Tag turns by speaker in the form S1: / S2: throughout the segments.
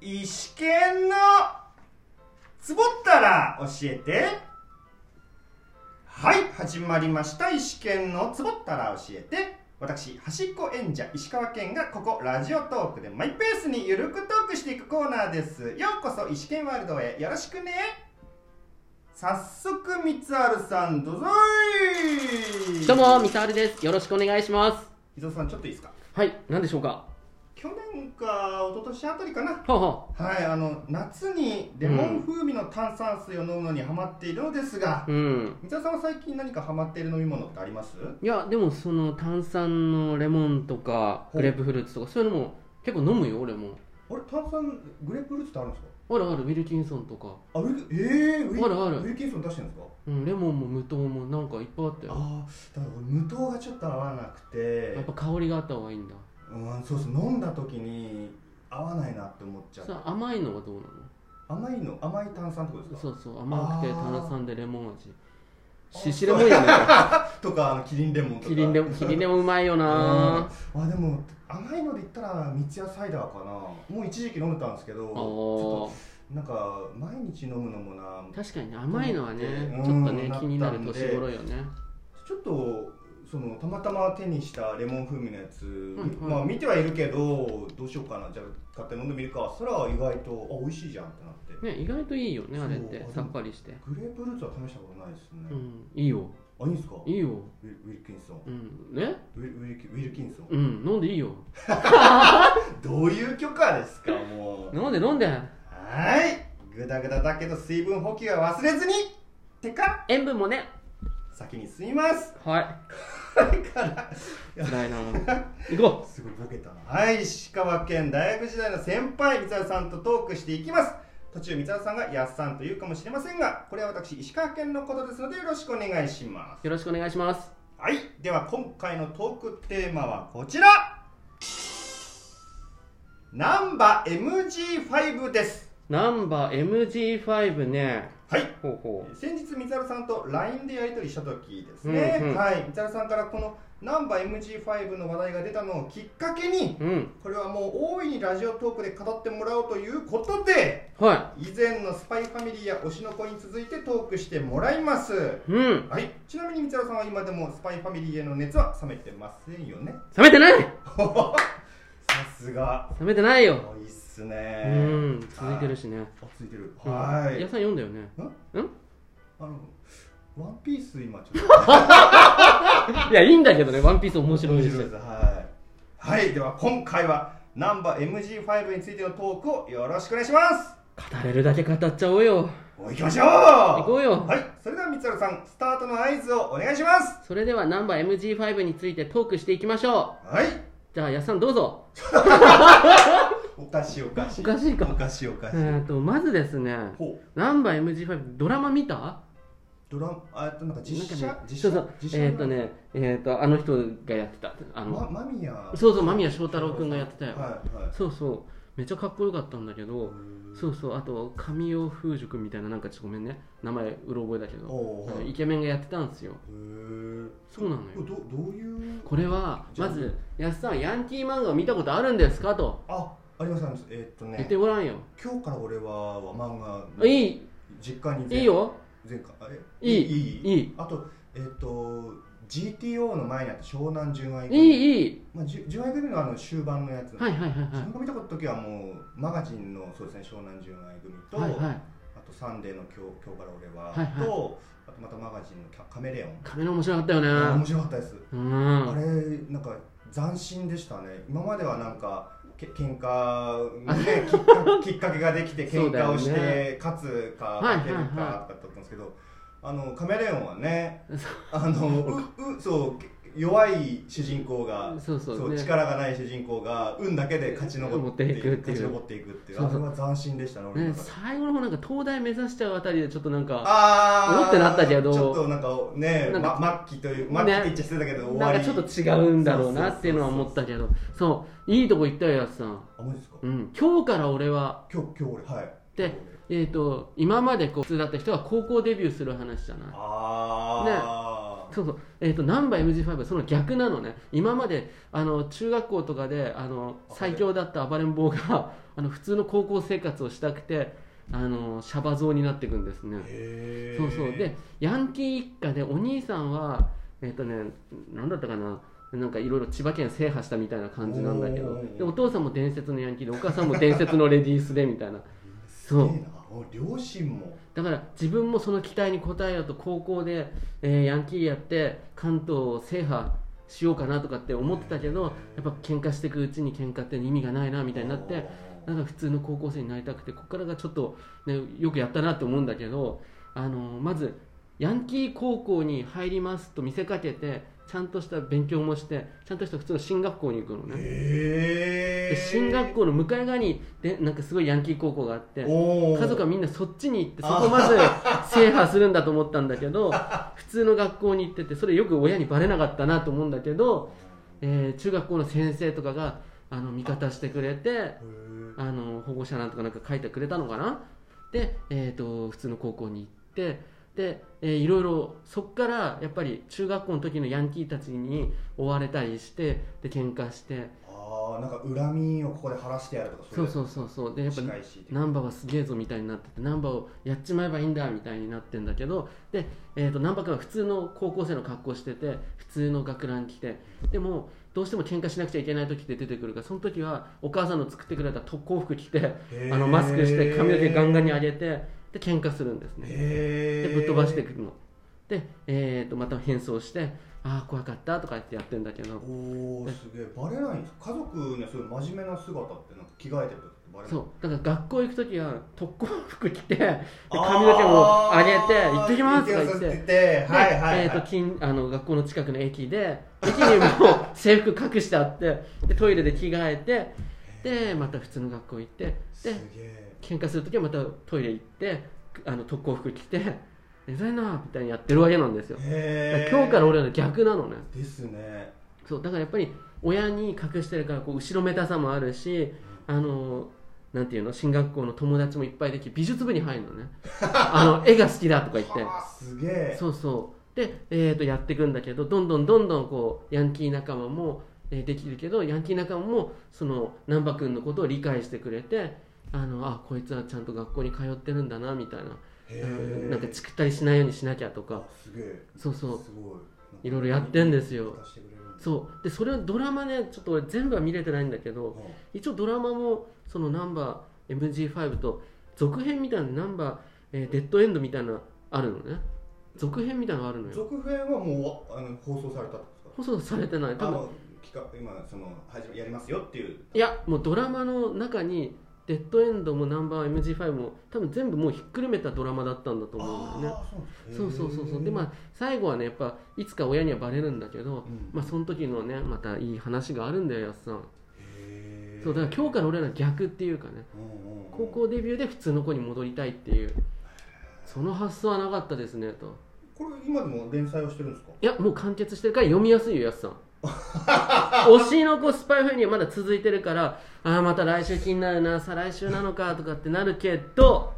S1: 石剣のつぼったら教えてはい始まりました石剣のつぼったら教えて私端っこ演者石川県がここラジオトークでマイペースにゆるくトークしていくコーナーですようこそ石剣ワールドへよろしくね早速三つあるさんどうぞい
S2: どうも、みさはるです。よろしくお願いします。
S1: 伊沢さんちょっといいですか
S2: はい、何でしょうか。
S1: 去年か一昨年あたりかな
S2: はあ、は
S1: はいあの夏にレモン風味の炭酸水を飲むのにハマっているのですが
S2: あ、、うん。
S1: 三沢さんは最近何かハマっている飲み物ってあります
S2: いや、でもその炭酸のレモンとか、
S1: ほう
S2: グレープフルーツとか、そういうのも結構飲むよ、俺も。
S1: あれ炭酸グレープフルーツってあるんですか
S2: あるある、ウィルキンソンとか。
S1: あウィルえー、ウィル
S2: ある
S1: ウ
S2: ある
S1: ィルキンソン出してるんですか
S2: うん、レモンも無糖もなんかいっぱいあったよ。
S1: ああだから俺無糖がちょっと合わなくて
S2: やっぱ香りがあった方がいいんだ。
S1: うんそうそう飲んだ時に合わないなって思っちゃう
S2: さあ、甘いのはどうな
S1: 甘いの甘い炭酸ってことで
S2: の
S1: すか
S2: そうそう、甘くて
S1: あー
S2: 炭酸でレモン味。
S1: あ
S2: ししレモンやね
S1: とかあのキリンレモンとか
S2: キリンレモン、キリンレモンうまいよな
S1: あでも甘いので言ったら三ツ矢サイダーかなもう一時期飲んでたんですけどち
S2: あ
S1: ょ
S2: ー
S1: っとなんか毎日飲むのもな
S2: 確かにね甘いのはね
S1: うん
S2: ちょっとね
S1: なったんで
S2: 気になる年頃よね
S1: ちょっとそのたまたま手にしたレモン風味のやつ、
S2: んうん
S1: まあ見てはいるけどどうしようかなじゃあ買って飲んでみるかそしたら意外とあ美味しいじゃんってなって
S2: ね意外といいよねあれって
S1: そう
S2: さっぱりして
S1: グレープフルーツは試したことないですね、
S2: うんいいよ
S1: あいいんですか
S2: いいよ
S1: ウィウィルキンソン
S2: うんね
S1: ウィルウィルキンウィルキンソン、
S2: うん飲んでいいよ
S1: どういう許可ですかもう
S2: 飲んで飲んで
S1: はいグダグダだけど水分補給は忘れずにてか
S2: 塩分もね
S1: 先に吸います
S2: は
S1: これから
S2: い辛いな行こ
S1: すごいボケたなはい石川県大学時代の先輩三沢さんとトークしていきます途中三沢さんが「やっさん」と言うかもしれませんがこれは私石川県のことですのでよろしくお願いします
S2: うよろしくお願いします
S1: はいでは今回のトークテーマはこちらナンバ MG5 です
S2: ナンバー MG5 ね
S1: はい
S2: ほうほう
S1: 先日三沢さんと LINE でやり取りした時ですね、
S2: うんうん
S1: はい三沢さんからこのナンバ MG5 の話題が出たのをきっかけに
S2: うん
S1: これはもう大いにラジオトークで語ってもらおうということで
S2: は
S1: 以前のスパイファミリーや推しの子に続いてトークしてもらいます
S2: いうん
S1: はいちなみに三沢さんは今でもスパイファミリーへの熱は冷めてませんよね
S2: 冷めてない
S1: さすが
S2: 冷めてないよ
S1: いいっす
S2: う
S1: ね
S2: ん続いてるしね
S1: あついてる
S2: うん
S1: は
S2: 野
S1: い
S2: 菜読んだよね
S1: あのワンピース今ちょっと
S2: いやいいんだけどねワンピー ス面白いし
S1: ですはい、はい、では今回はナンバ MG5 についてのトークをよろしくお願いします
S2: 語れるだけ語っちゃおうよ
S1: おい行きましょう
S2: 行こうよ
S1: はいそれでは三つ原さんスタートの合図をお願いします
S2: それではナンバー MG5 についてトークしていきましょ
S1: はいう
S2: じゃあやっさんどうぞ
S1: おかしいおかしい
S2: おかしいか
S1: おかしいおかし
S2: え
S1: い、
S2: ーとまずですね
S1: ほう
S2: ナンバー MG5 ドラマ見た
S1: ドラムあえっとなんか実写、
S2: なんかね
S1: 実
S2: そ
S1: 写
S2: うそう
S1: 実写
S2: えっ、とねえっ、とあの人がやってたあの、
S1: ま、間宮
S2: そうそう間宮祥太朗君がやってたよ
S1: はいはい
S2: そうそうめっちゃかっこよかったんだけどそうそうあと神尾楓珠君みたいななんかちょっとごめんね名前うろ覚えだけど
S1: おお
S2: あ
S1: は
S2: の
S1: いへ
S2: イケメンがやってたんですよ
S1: え
S2: そうなのよ
S1: どどういう
S2: これは
S1: じゃあ
S2: まずやっさんヤンキー漫画を見たことあるんですかと
S1: あありますありますえっと
S2: 言っ
S1: ね
S2: てごらんよ、
S1: 今日から俺はは漫画
S2: い
S1: い
S2: い
S1: 実家に全
S2: いいよ
S1: 前回あれ
S2: い
S1: い
S2: い
S1: い
S2: いい
S1: あとえっ、と GTO の前にあった湘南純愛
S2: い
S1: 組
S2: いいい
S1: まあ、じゅ純愛組のあの終盤のやつ、
S2: はいはいはい
S1: 自
S2: は
S1: 分が見た時はもうマガジンのそうですね湘南純愛組と、
S2: いはいはい
S1: あと「サンデーの今日今日から俺は」
S2: はいはい
S1: とあとまたマガジンのキャ「カメレオン
S2: カメラ面白かったよ」
S1: あ
S2: ね
S1: 面白かったです、
S2: うん
S1: あれなんか斬新でしたね今まではなんかけ喧嘩のねきっかきっかけができて
S2: そ
S1: 喧
S2: うだ
S1: 嘩
S2: よ
S1: を
S2: ね
S1: して、勝つか
S2: はい
S1: 負ける
S2: はい
S1: か
S2: は
S1: とかだったんですけどあのカメレオンはね
S2: そう
S1: あのううそうけ弱い主人公が
S2: そうそう
S1: そう
S2: ね
S1: 力がない主人公が運だけで勝ち残って
S2: 持っていくって
S1: 勝
S2: いう
S1: ち残っていくっていう
S2: そう
S1: あれ
S2: そう
S1: は斬新でしたね俺の
S2: ね、
S1: 中で。
S2: 最後の方なんか東大目指しちゃうあたりでちょっとなんか
S1: あー
S2: 思ってなったけど
S1: ちょっとなんかね
S2: なんか
S1: ま、末期という末期って言っちゃしてたけど、終わ
S2: なん
S1: り
S2: かちょっと違うんだろうなっていうのは思ったけどそういいとこ行ったよやつさん、
S1: あマジですか
S2: うん、今日から俺は
S1: 今日今日俺はい
S2: でえっ、と今までこう普通だった人が高校デビューする話じゃない
S1: ああ、
S2: そうそう、えー、とナンバ MG5 その逆なのね今まであの中学校とかであの最強だった暴れん坊があの普通の高校生活をしたくてあのシャバ像になっていくんですね
S3: へー
S2: そうそうでヤンキー一家でお兄さんはえっ、とね何だったかななんかいろいろ千葉県制覇したみたいな感じなんだけ
S1: お
S2: ど
S1: ー
S2: でお父さんも伝説のヤンキーでお母さんも伝説のレディースでみたいなそう
S1: すげえなお両親も
S2: だから自分もその期待に応えようと高校で、えーヤンキーやって関東を制覇しようかなとかって思ってたけどやっぱ喧嘩していくうちに喧嘩って意味がないなみたいになってなんか普通の高校生になりたくてここからがちょっと、ね、よくやったなって思うんだけどあのまずヤンキー高校に入りますと見せかけてちゃんとした勉強もしてちゃんとした普通の進学校に行くのね、
S1: へ
S2: で進学校の向かい側にでなんかすごいヤンキー高校があって
S1: おー
S2: 家族はみんなそっちに行ってそこまず制覇するんだと思ったんだけど普通の学校に行っててそれよく親にバレなかったなと思うんだけど、えー中学校の先生とかがあの味方してくれて
S3: へー
S2: あの保護者なんとかなんか書いてくれたのかなで、えー、と普通の高校に行ってで、えーいろいろそっからやっぱり中学校の時のヤンキーたちに追われたりしてで喧嘩して
S1: ああなんか恨みをここで晴らしてやるとか
S2: そう
S1: う
S2: そうそうそうでやっぱ
S1: 仕返し的な
S2: ナンバはすげえぞみたいになっててナンバをやっちまえばいいんだみたいになってんだけどで、えー、とナンバ君は普通の高校生の格好してて普通の学ラン着てでもどうしても喧嘩しなくちゃいけない時って出てくるからその時はお母さんの作ってくれた特攻服着て
S1: へー
S2: あのマスクして髪の毛ガンガンに上げてで喧嘩するんですね
S1: へえ
S2: でぶっ飛ばしてくるので、えー、とまた変装してああ怖かったとか言ってやってんだけど
S1: おおすげえバレないんですか家族にはそういう真面目な姿ってなんか着替えてるとってバレない
S2: そうだから学校行く時は特攻服着てで
S1: あー
S2: 髪の毛も上げて「行ってきます」とか言
S1: 行
S2: っ
S1: っててきます
S2: で
S1: って言ってはいはいはい、
S2: えーと近あの学校の近くの駅で駅にもう制服隠してあってでトイレで着替えてでまた普通の学校行って
S1: す
S2: で
S1: げえ
S2: 喧嘩する時はまたトイレ行ってあの特攻服着て「うざいな」みたいにやってるわけなんですよだから
S1: へえ
S2: 今日から俺らの逆なのね
S1: ですね
S2: そうだからやっぱり親に隠してるからこう後ろめたさもあるしあのなんていうの進学校の友達もいっぱいでき美術部に入るのねあの絵が好きだとか言って
S1: はあすげえ
S2: そうそうで、えー、とやっていくんだけどどんどんどんどんこうヤンキー仲間も、えーできるけどヤンキー仲間もその難波君のことを理解してくれてあのあこいつはちゃんと学校に通ってるんだなみたいな、
S1: へ
S2: う
S1: え
S2: んなんかチクったりしないようにしなきゃとか
S1: あすげえ
S2: そうそう
S1: すごい
S2: いろいろやってんですよ
S1: 出してくれるんだ
S2: そうでそれをドラマねちょっと俺全部は見れてないんだけど
S1: うん
S2: 一応ドラマもそのナンバー MG5 と続編みたいなナンバー、えーデッドエンドみたいなのあるのね続編みたいなのあるのよ
S1: 続編はもうあの放送されたんですか
S2: 放送されてない多
S1: あ
S2: 分
S1: の企画今その始めやりますよっていう
S2: いやもうドラマの中にデッドエンドもナンバー MG5 も多分全部もうひっくるめたドラマだったんだと思うんだよね
S1: あー
S2: そうそうそうそうでま
S1: あ
S2: あ最後はねやっぱいつか親にはバレるんだけ
S1: う
S2: ど、
S1: ん
S2: まあその時のねまたいい話があるんだよやっさん
S1: へー
S2: そうだから今日から俺ら逆っていうかね
S1: うんうんうん
S2: 高校デビューで普通の子に戻りたいっていうその発想はなかったですねと
S1: これ今でも連載をしてるんですか
S2: いやもう完結してるから読みやすいよ やすさん推しの子スパイフェニーはまだ続いてるからああまた来週気になるな再来週なのかとかってなるけど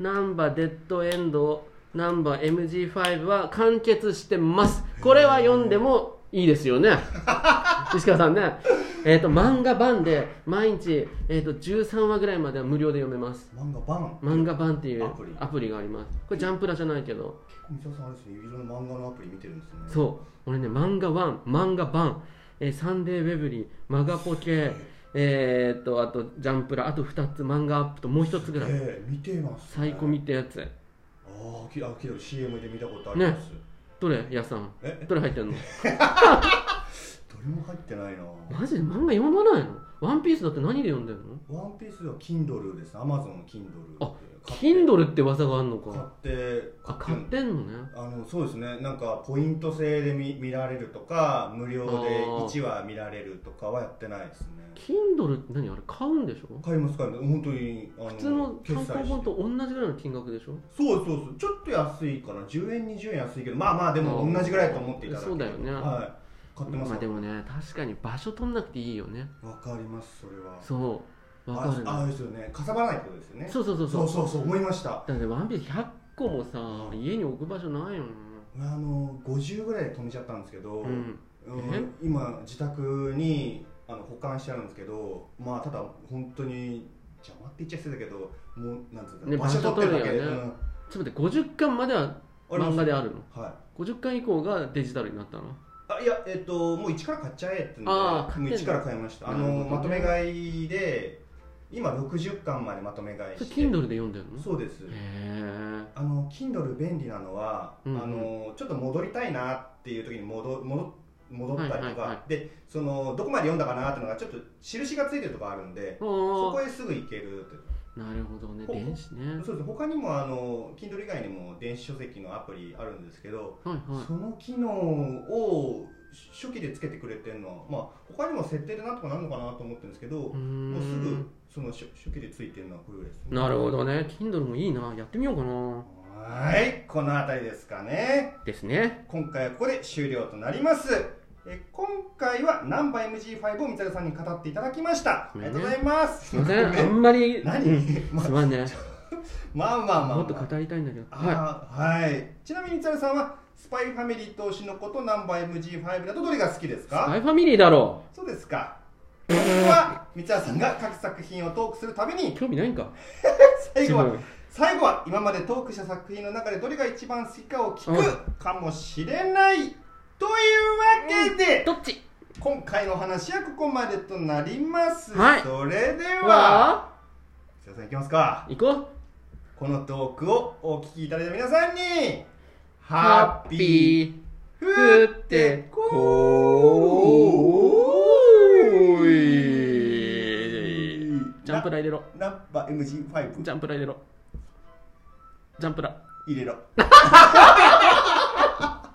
S2: ナンバーデッドエンドナンバー MG5 は完結してますこれは読んでもいいですよね 石川さんねえっ、と漫画版で毎日、えー、と13話ぐらいまでは無料で読めます
S1: 漫画バン
S2: 漫画版っていう
S1: アプリ
S2: アプリがありますこれジャンプラじゃないけど
S1: 三沢さんあれですねいろんな漫画のアプリ見てるんですねう
S2: そう俺ね漫画1漫画版、えーサンデーウェブリーマガポケえー、っとあとジャンプラあと2つ漫画アップともう1つぐらい
S1: ええ見てます
S2: サイコミってやつ
S1: あーきあけど CM で見たことあります、
S2: どれやさん
S1: え
S2: どれ入ってんの
S1: どれも入ってないな
S2: マジで漫画読まないのワンピースだって何で読んでるの
S1: ワンピースは Kindle です Amazon の Kindle
S2: あ
S1: 買って
S2: Kindle って技があるの
S1: 買っ
S2: か
S1: て
S2: あ買ってんのね
S1: あのそうですねなんかポイント制で見見られるとか無料で1話見られるとかはやってないですね
S2: Kindle って何あれ買うんでしょ
S1: 買います買います本当にあの
S2: 普通の単行本
S1: して
S2: と同じぐらいの金額でしょ
S1: そうそうそうちょっと安いかな10円20円安いけどまあまあでも同じぐらいと思っていただければ
S2: そうだよね
S1: はい買ってます
S2: まあ
S1: わ
S2: でもね確かに場所取んなくていいよね
S1: かりますそれは
S2: そうわかる
S1: ああ
S2: な
S1: れですよねかさばらないってことですよね
S2: そうそうそう
S1: そ
S2: そうう
S1: そうそう思いました
S2: だってワンピース100個もさ家に置く場所ないよね
S1: うあの50ぐらいで止めちゃったんですけど、
S2: うん
S1: うん
S2: え
S1: 今自宅にあの保管してあるんですけどまあただ本当に邪魔って言っちゃ失礼だけどもうなんつうんだろう
S2: ね
S1: 場所取ってるだけで、
S2: 場所取るよねちょっと待って50巻までは
S1: うん
S2: 漫画であるの
S1: はい
S2: 50巻以降がデジタルになったの
S1: あいやえっともう一から買っちゃえってんで
S2: あー買ってん
S1: も
S2: だ
S1: う一から買いましたあの、
S2: なるほどね
S1: まとめ買いで今60巻までまとめ買い
S2: それ
S1: して
S2: Kindle で読んでるの
S1: そうです
S2: へえ
S1: あの Kindle 便利なのは、
S2: うんうん
S1: あのちょっと戻りたいなっていう時に戻戻戻ったりとか、
S2: はいはいは
S1: でそのどこまで読んだかなっていうのがちょっと印がついてるとこあるんでそこへすぐ行けるって
S2: なるほどね
S1: ほ
S2: 電子ね
S1: そうです他にもあの Kindle 以外にも電子書籍のアプリあるんですけど、
S2: はいはい
S1: その機能を初期でつけてくれてるのは、まあ、他にも設定でなんとかなるのかなと思ってるんですけど、
S2: うーん
S1: もうすぐその初初期でついてるのはこれぐらいですね
S2: なるほどね Kindle もいいなやってみようかな
S1: はーいこの辺りですかね
S2: ですね
S1: 今回はここで終了となりますえ今回は難波 MG5 を三田さんに語っていただきましたあ
S2: ご
S1: り
S2: め
S1: が
S2: ん
S1: と
S2: ね
S1: うございます
S2: すいませんあ
S1: ね
S2: んまり
S1: 何
S2: うん
S1: まあ
S2: すまんね
S1: まあまあまあ、まあ、
S2: もっと語りたいんだけどは
S1: あーはい、ちなみに三田さんはスパイファミリーと推しの子と難波 MG5 だとどれが好きです
S2: い
S1: か
S2: マイファミリーだろ
S1: そうですか。僕は三田さんが各作品をトークするために
S2: う興味ないんか
S1: 最後
S2: 自
S1: は
S2: 分
S1: 最後は今までトークした作品の中でどれが一番好きかを聞
S2: う
S1: くかもしれないというわけで
S2: どっち
S1: 今回のお話はここまでとなります、
S2: はい
S1: それでは
S2: わ
S1: 三田さんいきますか
S2: あ行こう
S1: このトークをお聞きいただいた皆さんにハ
S2: ハ
S1: ッ
S2: ッ
S1: ピー
S2: ピー
S1: ふっ
S2: ふってて
S1: こ
S2: こ
S1: ー
S2: ー
S1: い
S2: いジャンプラ入れろ
S1: ラッパ MG5
S2: ジャンプラ入れろジャンプラ
S1: 入れろ